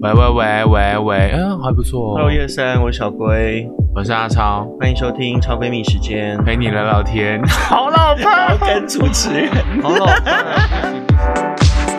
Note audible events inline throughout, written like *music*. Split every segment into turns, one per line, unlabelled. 喂喂喂喂喂，嗯，还不错、
Hello，
哦。
叶三，我是小龟，
我是阿超，
欢迎收听超闺蜜时 *laughs* 间。
陪你聊聊
*laughs*
天。好老婆，
要跟主持人，好老派。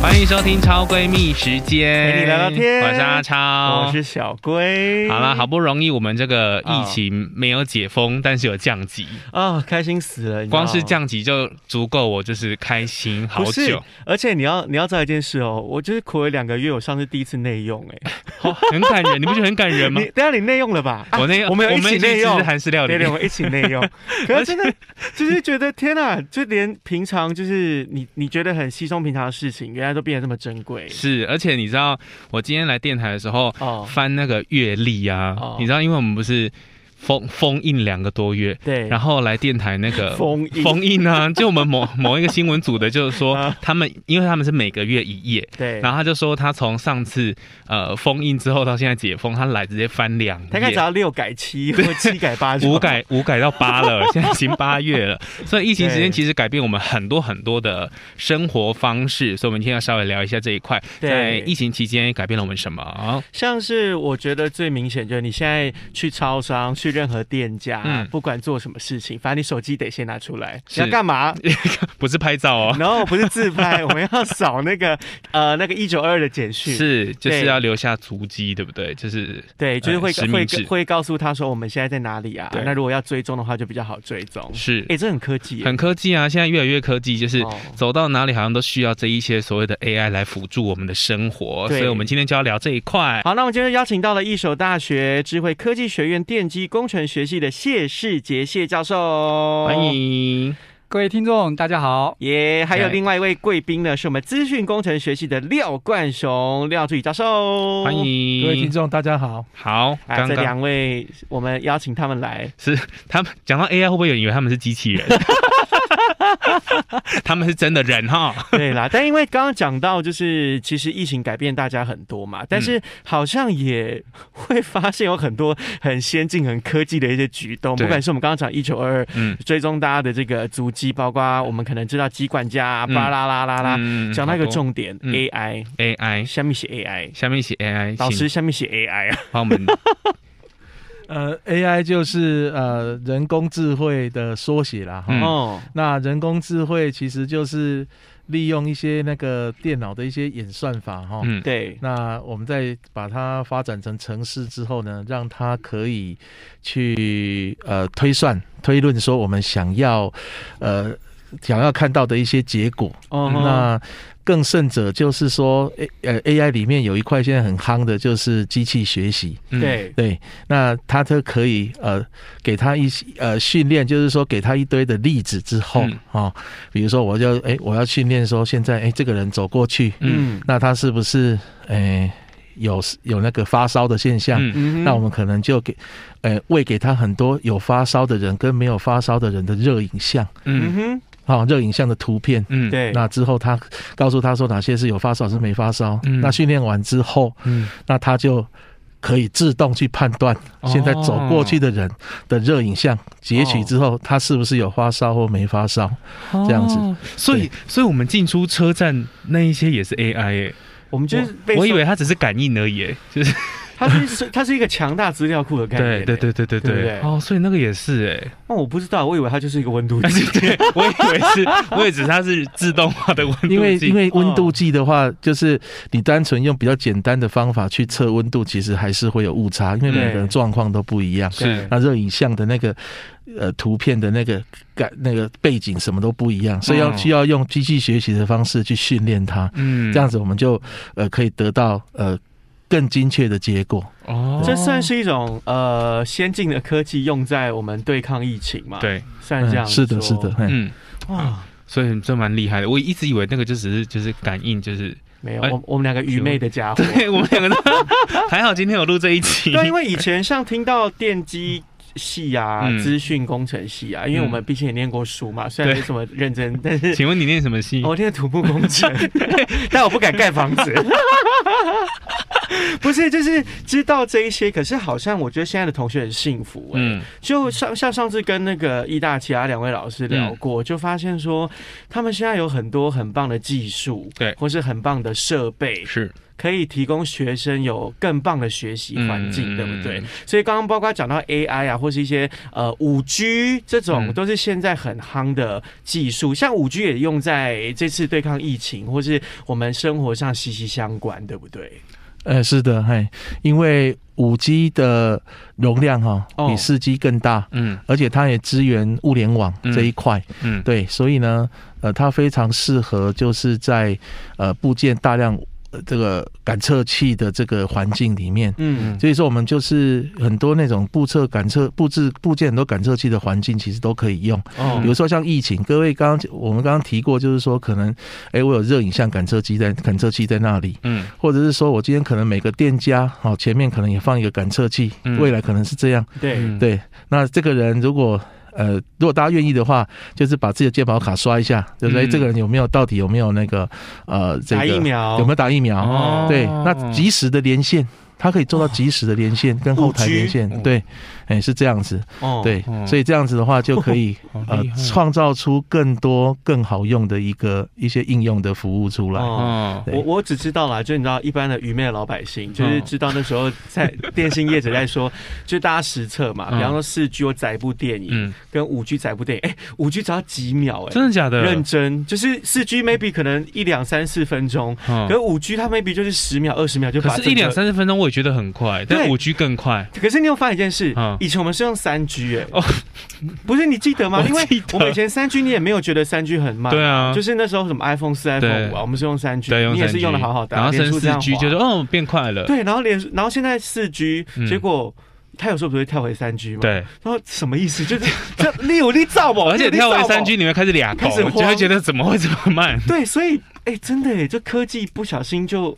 欢迎收听超闺蜜时间，
陪你聊聊天
我是阿超，
啊 *laughs* 我是小龟。
好啦，好不容易我们这个疫
哦
情没有解封，但是有降级，
啊、开心死了！你知道吗
光是降级就足够我就是开心好
不是
久，，
而且你要你要知道一件事哦，我就是苦了两个月，我上次第一次内用、哎，
好很感人，你 *laughs* 不觉得很感人吗
你？等一下你内用了吧？啊
我那
我们有一起内
吃
用。
韩式料理
对，对，我们一起内 *laughs* 用。可是真的就是觉得天哪、就连平常就是你你觉得很稀松平常的事情，原来都变得这么珍贵
是，而且你知道我今天来电台的时候
哦。
翻那个月历啊，
哦
你知道，因为我们不是封封印两个多月，
对，
然后来电台那个
*laughs* 封印
封印
*laughs*
啊，就我们某某一个新闻组的，就是说
啊
他们，因为他们是每个月一页，
对，
然后他就说他从上次呃封印之后到现在解封，他来直接翻两
大概只
页。
要六改七或七改八就好
五改五改到八了， *laughs* 现在已经八月了，所以疫情时间
对
其实改变我们很多很多的生活方式，所以我们今天要稍微聊一下这一块，
对
在疫情期间改变了我们什么？
像是我觉得最明显就是你现在去超商、去任何店家，
嗯
不管做什么事情，反正你手机得先拿出来，
是
你要干
*laughs*
嘛？
不是拍照哦，
然后不是自拍，我们要扫那个 *laughs* 呃那个一九二的简讯，
是就是
对
要留下足迹，对不对？就是
对，就是会、
呃实名
会
制
会告诉他说我们现在在哪里啊
对。
那如果要追踪的话，就比较好追踪。
是
哎，这很科技耶，
很科技啊，现在越来越科技，就是
哦
走到哪里好像都需要这一些所谓的 AI 来辅助我们的生活，所
对
以我们今天就要聊这一块。
好，那我们今天邀请到了一手大学智慧科技学院电机工程学系的谢世杰谢教授，
欢迎，
各位听众，大家好。
耶还有
对
另外一位贵宾呢，是我们资讯工程学系的廖冠雄廖助理教授，
欢。迎，
各位听。众，大家好。
好，
啊，
刚
这
刚
两位我们邀请他们来，
*laughs* 他们讲到 AI，会不会有人以为他们是机
*laughs*
器人？他们是真的人哈，
对啦。但因为刚刚讲到，就是其实疫情改变大家很多
嗯
嘛，但是好像也会发现有很多很先进、很科技的一些举动，
对
不管是我们刚刚讲一九二二
嗯，
追踪大家的这个足迹，包括我们可能知道机管家啊、
嗯
巴拉啦啦啦，
嗯
讲到一个
好多
重点
嗯
，AI，
AI，
下面写 AI，
下面写 AI，
老
请
师下面写 AI 啊。
帮我们
呃，AI 就是呃人工智慧的缩写啦。哈、
嗯
哦，
那人工智慧其实就是利用一些那个电脑的一些演算法哈。
嗯，
哦对，
那我们再把它发展成城市之后呢，让它可以去呃推算、推论说我们想要呃想要看到的一些结果。
哦，
那更甚者就是说，A 呃 AI 里面有一块现在很夯的，就是机器学习。
嗯，
对，
对，那它都可以呃，给他一些呃训练，就是说给他一堆的例子之后
嗯
哦，比如说我就哎我要训练说现在哎这个人走过去，
嗯
那他是不是哎有有那个发烧的现象？
嗯
嗯
那我们可能就给，呃，喂给他很多有发烧的人跟没有发烧的人的热影像，
嗯
嗯
哦，热影像的图片，
嗯，
哼，，对，
那之后他告诉他说哪些是有发烧，是没发烧。
嗯
那训练完之后，
嗯
那他就可以自动去判断
哦
现在走过去的人的热影像截取之后，他是不是有发烧或没
*laughs*
发烧。这样子
哦，所以，所以我们进出车站那一些也是 AI 哎、
我们就是被
我以为它只是感应而已、就是
它是 *laughs* 它是一个强大资料库的概念
对对
欸。
对对对
对不
对
对
哦，所以那个也是哎、
哦，我不知道，我以为它就是一个温度
但
计
是。 *laughs* 对我以为是，我也只是它是自动化的温度计，
因为因为
哦
温度计的话，就是你单纯用比较简单的方法去测温度，其实还是会有误差，因为每
对
个人状况都不一样。
是
那热影像的那个呃图片的那个感那个背景什么都不一样，所以要
嗯
需要用机器学习的方式去训练它，
嗯
这样子我们就呃可以得到呃更精确的结果。
*laughs* 哦，
这算是一种呃先进的科技，用在我们对抗疫情嘛？，
对，
算是这样、
嗯是的，是的，，嗯，
嗯，
哇，
所以这蛮厉害的。我一直以为那个就只是就是感应，就是
没有，
哎
我我们两个愚昧的家伙。
对我们两个都 *laughs* 还好，今天有录这一集，
*laughs* 对，因为以前像听到电机。系啊
嗯，
资讯工程系啊，因为我们毕竟也念过书嘛，虽然
对
没什么认真，但是
请问你
哦
哦念什么系？
*laughs* 我念土木工程，但我不敢盖房子。 *laughs* 不是，就是知道这一些，可是好像我觉得现在的同学很幸福、哎、
嗯
就上像上次跟那个义大其他两位老师
嗯
聊过，就发现说他们现在有很多很棒的技术，
对
或是很棒的设备，
是
可以提供学生有更棒的学习环境，
嗯
对不对？所以刚刚包括讲到 AI 啊，或是一些呃五 G 这种，
嗯
都是现在很夯的技术。像五 G 也用在这次对抗疫情，或是我们生活上息息相关，对不对？
呃，是的，嘿，因为五 G 的容量哈、
哦
比四 G 更大，
嗯
而且它也支援物联网
嗯
这一块，
嗯
对，所以呢，呃，它非常适合就是在呃部件大量呃这个感测器的这个环境里面。
嗯，
所以说，我们就是很多那种布测、感测、布置部件很多感测器的环境，其实都可以用。
哦
比如说像疫情，各位刚刚我们刚刚提过，就是说可能，哎，我有热影像感测机在感测器在那里，
嗯
或者是说我今天可能每个店家哦前面可能也放一个感测器
嗯，
未来可能是这样。
对，
嗯
对，那这个人如果呃，如果大家愿意的话，就是把自己的健保卡刷一下，对不对？
嗯
这个人有没有到底有没有那个呃这
打
个
疫苗
有没有打疫苗？
哦
对，那及时的连线，它可以做到及时的连线跟后台
5G
连线
嗯，
对，哎是这样子，
哦，
对
哦，
所以这样子的话就可以
好
呃
厉害
创造出更多更好用的一个一些应用的服务出来。
哦。
哦
对
我我只知道啦，就你知道一般的愚昧的老百姓，就是知道那时候在电信业者在说，就大家实测嘛，
嗯
比方说四 G 我载一部电影，
嗯，
跟五 G 载一部电影，哎，五 G 只要几秒，哎，
真的假的？
认真，就是四 G maybe 可能一两三四分钟，
嗯
可五 G 它 maybe 就是十秒二十秒就把
可
整
是，
个
一两。三十分钟我也觉得很快，但
对
五 G 更快。
可是你有发现一件事
嗯，
以前我们是用三 G 哎
哦，
*laughs* 不是你记得吗？
*laughs* 我
因为
记得
我们以前三 G 你也没有觉得三 G 很慢，
对啊，
就是那时候什么 iPhone 四、iPhone 五啊，
对
我们是用三 G，
对，用
你也是
3G
用的好好的啊，
然后
连
升
出这
四
样
G
滑
就是哦变快了，
对，然后连然后现在四 G，
嗯
结果他有时候不是跳回三 G 吗？，
对，
然后什么意思？就是这你有力造吧，
*laughs* 而且
你有力
跳回
造吧
三 G，你会开始俩狗
开始，
我
慌
就会觉得怎么会这么慢？ *laughs*
对，所以哎、真的哎、这科技不小心就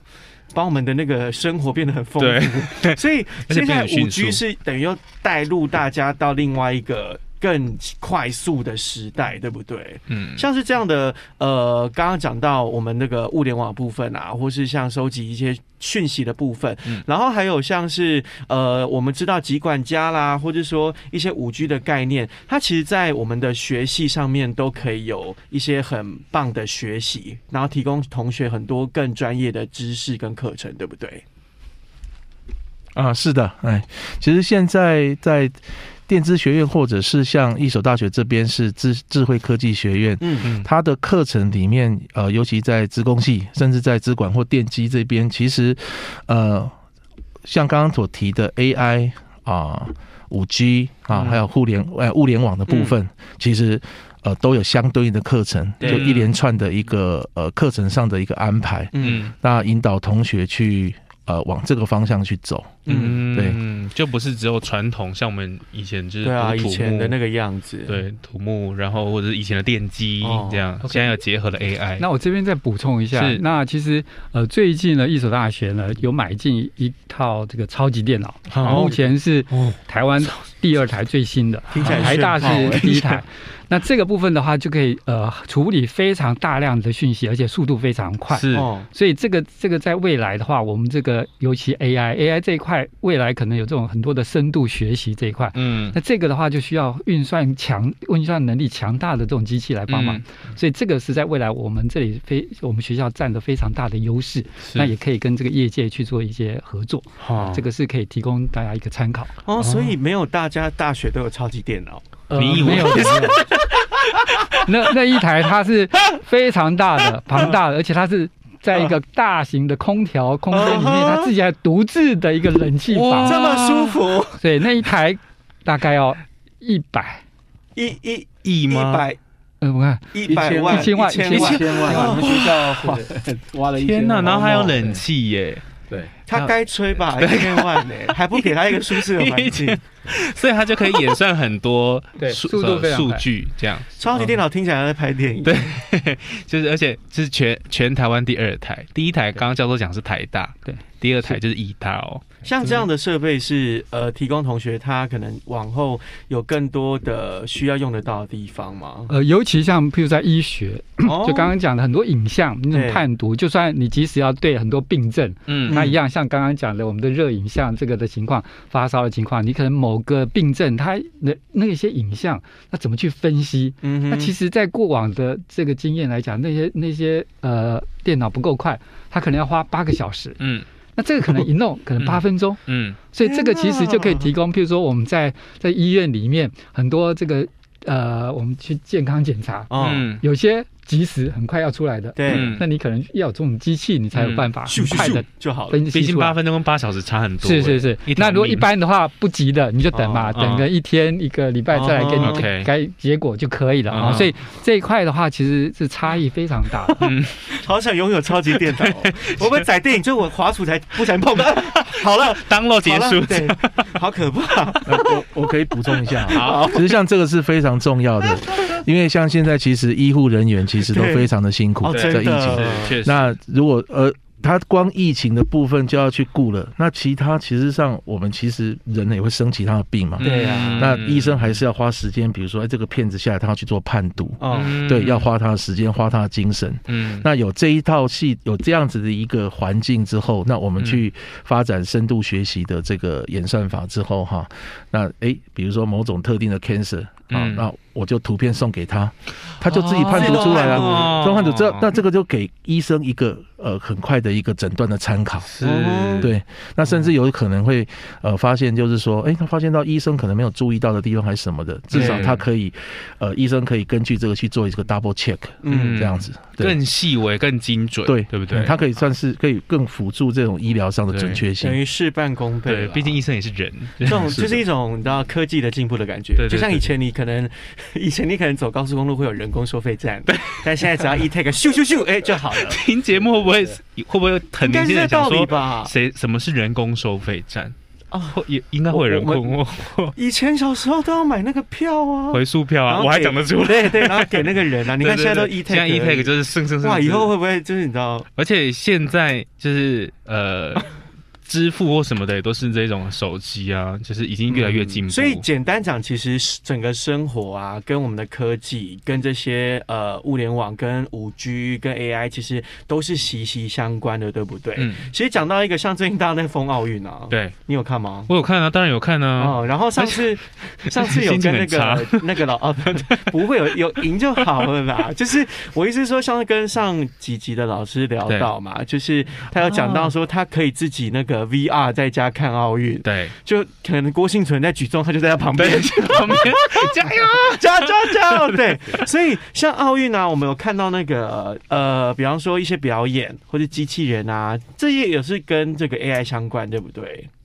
把我们的那个生活变得很丰
*laughs*
富，所以
而且变
现在
得迅速
五 G 是等于要带入大家到另外一个更快速的时代，对不对？
嗯，
像是这样的，呃，刚刚讲到我们那个物联网部分啊，或是像收集一些讯息的部分，
嗯
然后还有像是呃，我们知道集管家啦，或者说一些五 G 的概念，它其实，在我们的学系上面都可以有一些很棒的学习，然后提供同学很多更专业的知识跟课程，对不对？
啊，是的，哎，其实现在在电资学院或者是像一所大学这边是智智慧科技学院，
*laughs* 嗯
嗯
它的课程里面，呃，尤其在资工系，甚至在资管或电机这边，其实，呃，像刚刚所提的 AI 啊、五 G 啊，
嗯
还有互联呃物联网的部分，其实。呃，都有相对应的课程，就
对
一连串的一个呃课程上的一个安排，
嗯
嗯
那引导同学去呃往这个方向去走。
嗯，
嗯，
对
对，就不是只有传统，像我们以前就是
对啊，
读土
以前的
木
那个样子，，
对土木，然后或者是以前的电机
哦
这样，
OK
现在有结合了
哎
AI。
那我这边再补充一下
是，
那其实呃，最近呢，一所大学呢有买进一套这个超级电脑，
好
目前是
哦，
台湾第二台最新的，
*laughs*
哦
听起来很
台大
炫炮欸
是第
*laughs*
一台。那这个部分的话，就可以呃处理非常大量的讯息，而且速度非常快。
是
哦，
所以这个这个在未来的话，我们这个尤其 AI AI 这一块，未来可能有这种很多的深度学习这一块。
嗯，
那这个的话，就需要运算强、运算能力强大的这种机器来帮忙。
嗯
所以这个是在未来我们这里非我们学校占的非常大的优势，
是哦
那也可以跟这个业界去做一些合作，
好
这个是可以提供大家一个参考。
哦，所以没有大家大学都有超级电脑，
你以为
呃没有？没有那那一台它是非常大的、庞大的，而且它是。在一个大型的空调空间里面，它自己还独自的一个冷气
哇
房，
这么舒服，
所以那一台大概要一百，
*laughs* 一一
亿
一
吗？
百
呃，我看
一百万
一千万
一千万
一。
千万，我们学校花挖了一
天
呐
呐，，然后还
哦
有冷气耶，
对，
他该吹吧，一千万呢、
*laughs*
还不给他一个舒适的环
一
境
千。所以它就可以演算很多
对
数呃
速度非常
数
快
据，这样
超级电脑听起来像在拍电影，
对就是而且是全全台湾第二台，第一台刚刚教授讲是台大，
对，
第二台就是义大哦，
像这样的设备是呃，提供同学他可能往后有更多的需要用得到的地方吗？
呃，尤其像譬如在医学，
哦
就刚刚讲的很多影像那
对
种判读，就算你即使要对很多病症，
嗯
它一样像刚刚讲的我们的热影像这个的情况，发烧的情况，你可能某个病症它的那一些影像，那怎么去分析？
嗯哼，
那其实，在过往的这个经验来讲，那些那些呃电脑不够快，它可能要花八个小时，
嗯
那这个可能一
*laughs*
弄可能八分钟，
嗯
所以这个其实就可以提供，譬如说我们在在医院里面很多这个呃，我们去健康检查，
哦，
嗯，
有些及时很快要出来的，
对，
嗯
那你可能要有这种机器，你才有办法
咻
很
咻
快的
咻就好了。
分
毕
析
竟
出来
八。分钟跟八小时差很多欸。
是是是
一，条
那如果一
命
般的话不急的，你就等嘛，
哦
等个一天一个礼拜再来给
哦
你
OK
该结果就可以了啊。
嗯
所以这一块的话，其实是差异非常大。
好想拥有超级电脑哦、我们载电影就我滑鼠才不想碰。好了，
当落结
好了
束，
对，好可怕。
呃我我可以补充一下，好，其实像这个是非常重要的，因为像现在其实医护人员其实都
对
非常的辛苦
哦，
在
真
疫情。
的，
是确实，
那如果呃，他光疫情的部分就要去顾了，那其他其实上我们其实人也会生其他的病嘛。
对啊
嗯
那医生还是要花时间，比如说哎这个片子下来，他要去做判读，
哦，
嗯
对，要花他的时间，花他的精神。
嗯
那有这一套系，有这样子的一个环境之后，那我们去
嗯
发展深度学习的这个演算法之后哈，那诶，比如说某种特定的 cancer 啊，
嗯
那我就图片送给他，他就自己判读出来了。
哦
中判读这那这个就给医生一个呃很快的一个诊断的参考。
是嗯
哦，
对，那甚至有可能会呃发现，就是说，哎、他发现到医生可能没有注意到的地方还是什么的，至少
对
他可以，呃，医生可以根据这个去做一个 double check，
嗯
嗯
这样子，对
更细微、更精准，
对嗯
对不对？
他可以算是可以更辅助这种医疗上的准确性
等。于事半功倍
对，
了。
毕竟医生也是人， *laughs*
这种
是的
就是一种你知道科技的进步的感觉，
对对
就像
对
以前你可能以前你可能走高速公路会有人工收费站，但现在只要一 take 咻咻咻，哎就好了。
听节目会不会会不会很
应该
年
是
轻
这
人想
道理
说，
吧？
谁什么是人工收费站？
啊
啊，也应该会有人
我我
困惑，
以前小时候都要买那个票啊，
回溯票
然
啊，
后
我还
给
讲得出来。
对对，然后给那个人啊，你看现在都 e
一
take，
现在 e tag 就是剩剩剩，
哇，以后会不会就是你知道
而且现在就是
*laughs*
呃，支付或什么的也都是这种手机啊，就是已经越来越进步。嗯
嗯所以简单讲，其实是整个生活啊，跟我们的科技，跟这些呃物联网、跟五 G、跟 AI，其实都是息息相关的，对不对？
嗯，
其实讲到一个像最近大家在封奥运啊，
对
你有看吗？
我有看啊，当然有看啊。
哦，然后上
*laughs*
次上次有跟那
心情很
个那个老哦，不会有有赢就好了
*laughs*
啦。就是我意思是说，上次跟上几集的老师聊到嘛，就是他有讲到说，他可以自己那个 VR 在家看奥运，
对，
就可能郭幸存在举重，他就在他旁边，
旁
*laughs*
边加油！
加加加！ *laughs* 对，所以像奥运啊，我们有看到那个呃，比方说一些表演或者机器人啊，这些也是跟这个 AI 相关，对不对？
*laughs*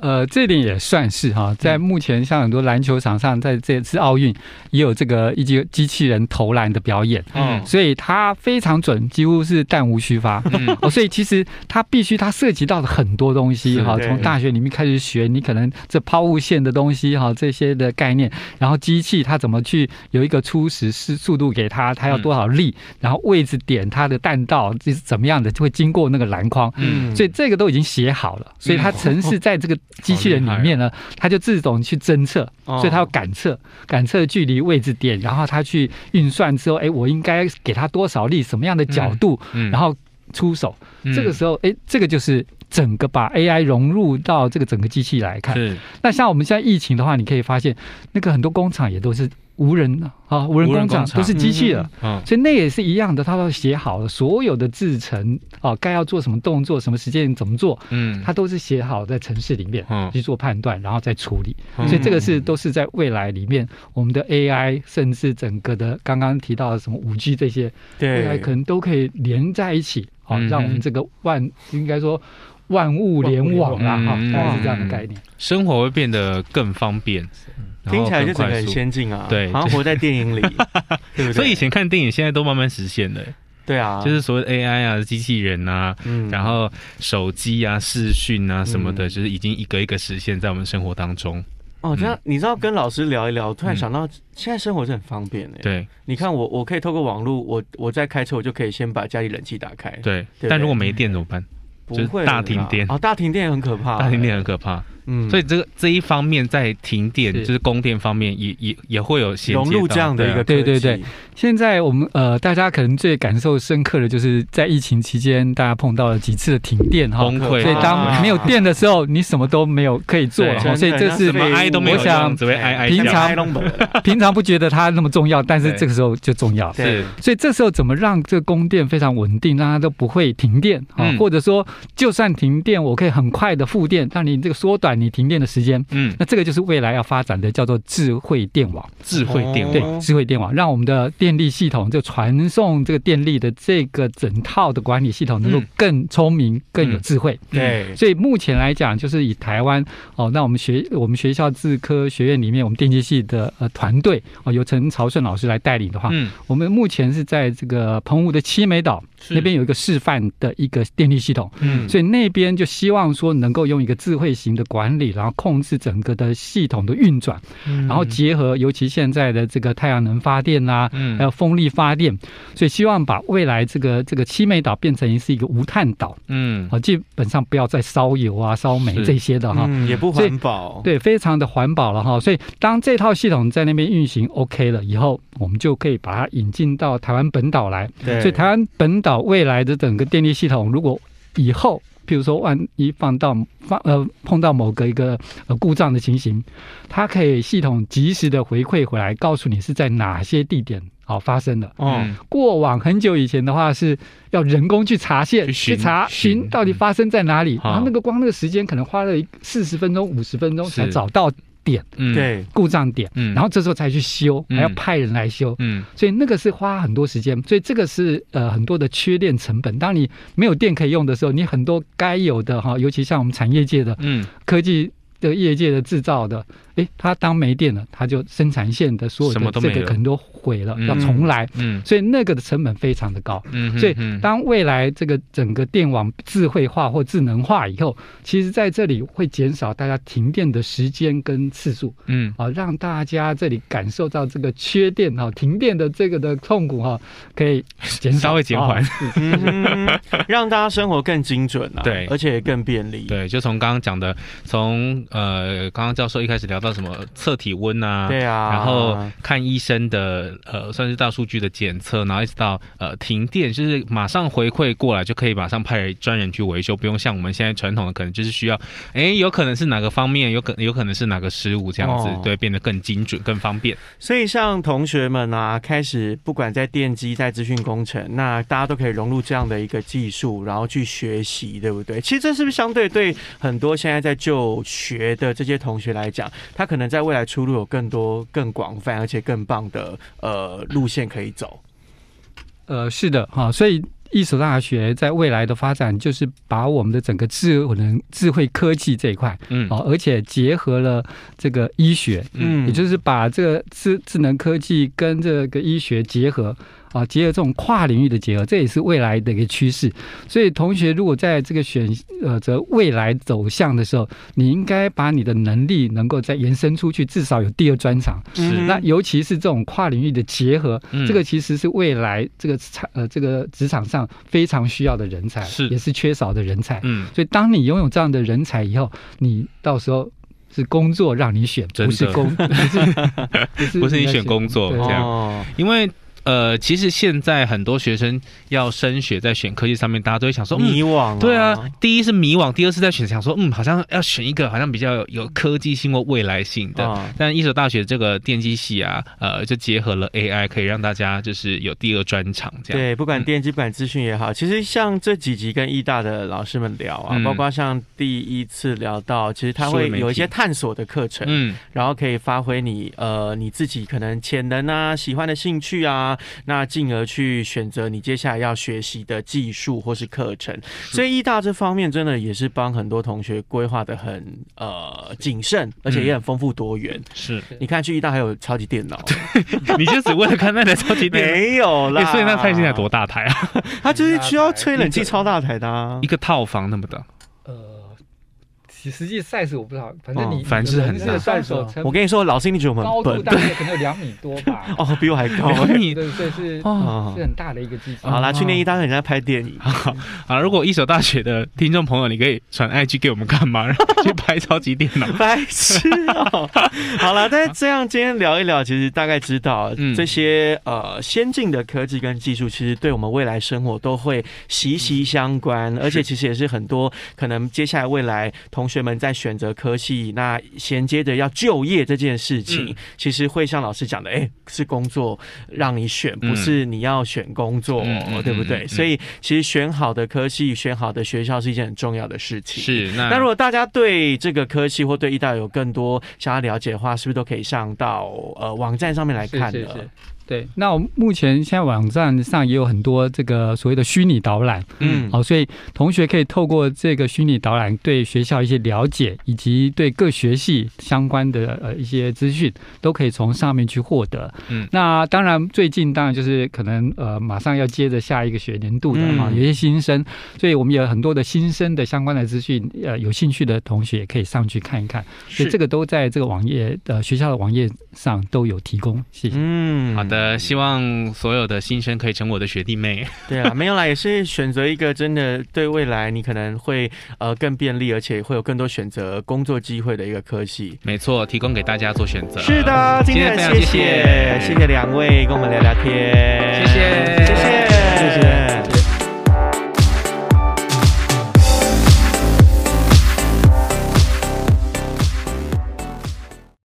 呃，这点也算是
嗯
哈，在目前像很多篮球场上，在这次奥运也有这个一机机器人投篮的表演，
哦
嗯
所以它非常准，几乎是弹无虚发。
嗯
*laughs* 哦，所以其实它必须它涉及到的很多东西
是
哈，
对
从大学里面开始学，你可能这抛物线的东西哈，这些的概念，然后机器它怎么去有一个初始是速度给它，它要
嗯
多少力，然后位置点它的弹道这是怎么样的，就会经过那个篮筐。
*laughs*
嗯
所以这个都已经写好了，所以它城市在这个机器人
啊
里面呢，它就自动去侦测，
哦
所以它要感测感测距离、位置点，然后它去运算之后，哎，我应该给它多少力、什么样的角度，
嗯
然后出手。这个时候，哎，这个就是整个把 AI 融入到这个整个机器来看。
是
那像我们现在疫情的话，你可以发现，那个很多工厂也都是无人啊，无人
无人
工厂
工厂
都是机器了。
嗯
所以那也是一样的，它都写好了，所有的制程哦，该要做什么动作，什么时间怎么做，
嗯，
它都是写好在城市里面
嗯
去做判断，然后再处理。
嗯
所以这个是都是在未来里面，我们的 AI 甚至整个的刚刚提到的什么五 G 这些未来
对，
可能都可以连在一起，好、
嗯
让我们这个万应该说万物联网啦，哈、
嗯
大概是这样的概念。
生活会变得更方便，然
听
后
起来就
更
整
哦
个
快
很
速。
先进啊，
对
好像活在电
*laughs*
影里，对不对？
所以以前看电影，现在都慢慢实现了，
对啊，
就是所谓的 AI 啊、机器人啊，
嗯
然后手机啊、视讯啊什么的，
嗯
就是已经一个一个实现在我们生活当中。
哦，这样你知道跟老师聊一聊，突然
嗯
想到现在生活是很方便的。，
对
你看我我可以透过网络，我我在开车，我就可以先把家里冷气打开，
对
对，
但如果没电怎么办？
不
就是
会
大
啦
停电
哦，大停电很可怕，
大停电很可怕，
嗯
所以这个这一方面在停电
是
就是供电方面也也也会有衔接到
融入这样的一个
对啊
科技
对对，现在我们呃，大家可能最感受深刻的就是在疫情期间，大家碰到了几次的停电哈。
崩溃，
所以
啊
当没有电的时候，你什么都没有可以做了哈。
对
所以这是
什么哀都没有
我想
用，只会哀哀
平
叫
常
开弄本
*laughs* 平常不觉得它那么重要，但是
对
这个时候就重要。
是
*laughs* 对
所以这时候怎么让这个供电非常稳定，让它都不会停电啊？
嗯
或者说，就算停电，我可以很快的复电，让你这个缩短你停电的时间。
嗯
那这个就是未来要发展的叫做智慧电网，
智慧电网，
对
哦，
智慧电网让我们的电力系统就传送这个电力的这个整套的管理系统能够
嗯
更聪明、更有智慧。嗯
对，
所以目前来讲，就是以台湾哦，那我们学我们学校自科学院里面，我们电机系的呃团队哦，由陈朝顺老师来带领的话，
嗯
我们目前是在这个澎湖的七美岛
是
那边有一个示范的一个电力系统，
嗯
所以那边就希望说能够用一个智慧型的管理，然后控制整个的系统的运转，
嗯
然后结合尤其现在的这个太阳能发电啦、
嗯
还有风力发电，所以希望把未来这个这个七美岛变成是一个无碳岛，
嗯
啊，基本上不要再烧油啊、烧煤
是
这些的哈。
嗯，也不环保，
对，非常的环保了哈，所以当这套系统在那边运行 OK 了以后，我们就可以把它引进到台湾本岛来。
对
所以台湾本岛未来的整个电力系统，如果以后，譬如说万一放到放呃碰到某个一个呃故障的情形，它可以系统及时的回馈回来，告诉你是在哪些地点好、发生的。
哦，
嗯
过往很久以前的话，是要人工去查线、
去寻
查
寻
寻到底发生在哪里，
嗯
然后那个光那个时间可能花了四十分钟、五十分钟
是
才找到
嗯，
对，
故障点，
嗯
然后这时候才去修，
嗯
还要派人来修。
嗯
所以那个是花很多时间，所以这个是呃很多的缺电成本。当你没有电可以用的时候，你很多该有的哈，尤其像我们产业界的
嗯
科技的业界的制造的，诶，它当没电了，它就生产线的所有
什么都
的这
没
个
了
可能都毁了，
嗯
要重来，
嗯
所以那个的成本非常的高。
嗯，
所以
嗯
当未来这个整个电网智慧化或智能化以后，其实在这里会减少大家停电的时间跟次数
嗯
啊，让大家这里感受到这个缺电哈、停电的这个的痛苦哈、可以减少
*laughs* 稍微减缓
啊
嗯让大家生活更精准啊，
对
而且更便利，
对，就从刚刚讲的，从呃，刚刚教授一开始聊到什么测体温啊，
对啊，
然后看医生的呃，算是大数据的检测，然后一直到呃停电，就是马上回馈过来，就可以马上派专人去维修，不用像我们现在传统的可能就是需要，哎，有可能是哪个方面，有可有可能是哪个失误这样子，
哦
对，变得更精准、更方便。
所以，像同学们啊，开始不管在电机、在资讯工程，那大家都可以融入这样的一个技术，然后去学习，对不对？其实这是不是相对对很多现在在就学的这些同学来讲，他可能在未来出路有更多、更广泛，而且更棒的呃路线可以走。
呃，是的哈、所以。艺术大学在未来的发展，就是把我们的整个智能智慧科技这一块，
嗯，
哦，而且结合了这个医学，
嗯
也就是把这个智智能科技跟这个医学结合啊，结合这种跨领域的结合，这也是未来的一个趋势。所以，同学如果在这个选呃择未来走向的时候，你应该把你的能力能够再延伸出去，至少有第二专长。
是
那尤其是这种跨领域的结合，
嗯
这个其实是未来这个产呃这个职场上非常需要的人才，
是
也是缺少的人才。
嗯，
所以，当你拥有这样的人才以后，你到时候是工作让你选，
真的
不是工， *laughs* 不是不是
不是你选工作
对
这样
哦，
因为。呃，其实现在很多学生要升学，在选科技上面，大家都会想说，嗯，
迷惘、
对啊，，第一是迷惘，第二是在选，想说，嗯，好像要选一个好像比较有有科技性或未来性的。
啊
但一所大学这个电机系啊，呃，就结合了 AI，可以让大家就是有第二专场这样。
对，不管
嗯
电机、不管资讯也好，其实像这几集跟艺大的老师们聊啊，
嗯
包括像第一次聊到，其实他
数位
会
媒体
有一些探索的课程，
嗯，
然后可以发挥你呃你自己可能潜能啊、喜欢的兴趣啊，那进而去选择你接下来要学习的技术或是课程。所以艺大这方面真的也是帮很多同学规划的很呃谨慎，而
嗯
且也很丰富多元。
是，
你看去艺大还有超级电脑，
你就只为了看那台超级电
*laughs* 没有
脑、*laughs*
啦，
欸所以那台现在多大台啊？ *laughs*
他就是需要吹冷气超大台的、啊
一。个套房那么大，
呃，实实际 size 我不知道，反正
哦
你
反正是很
大
大
的双手
我
成
跟你说，老师，你觉得我
高
们笨？。
度大概可能有两米多吧
*laughs* 哦，比我还高
*laughs*
然后
哎、
你
对，所以是
哦
是很大的一个机器。
好啦，去年一大家人家拍电影，
啊，如果一所大学的听众朋友，你可以传 IG 给我们干嘛？然 *laughs* 后去拍超级电脑。
*laughs* 白痴哦、
*laughs*
好了，但是这样今天聊一聊，其实大概知道、
嗯
这些呃先进的科技跟技术，其实对我们未来生活都会息
嗯
息相关，而且其实也是很多可能接下来未来同学们在选择科系，那衔接着要就业这件事情，
嗯
其实会像老师讲的，哎、是工作让你选，
嗯
不是你要选工作，
嗯嗯
对不
嗯
对？
嗯
所以其实选好的科系、选好的学校是一件很重要的事情。
是，那
那如果大家对这个科系或对医大有更多想要了解的话，是不是都可以上到呃网站上面来看
是
呢？
是是对，那我们目前现在网站上也有很多这个所谓的虚拟导览，
嗯，
好，所以同学可以透过这个虚拟导览对学校一些了解，以及对各学系相关的呃一些资讯，都可以从上面去获得。
嗯
那当然最近当然就是可能呃马上要接着下一个学年度的哈、
嗯
有一些新生，所以我们有很多的新生的相关的资讯，呃，有兴趣的同学也可以上去看一看。所以这
个
个都在这个网页呃学校的网页上都有提供。谢谢。
嗯
好，的，希望所有的新生可以成我的学弟妹。
对啊，没有啦，也是选择一个真的对未来你可能会呃更便利，而且会有更多选择工作机会的一个科系。
没错，提供给大家做选择。
是的，今天
非
很
常
谢
谢
谢谢谢两位跟我们聊聊
谢
天，
谢
谢谢。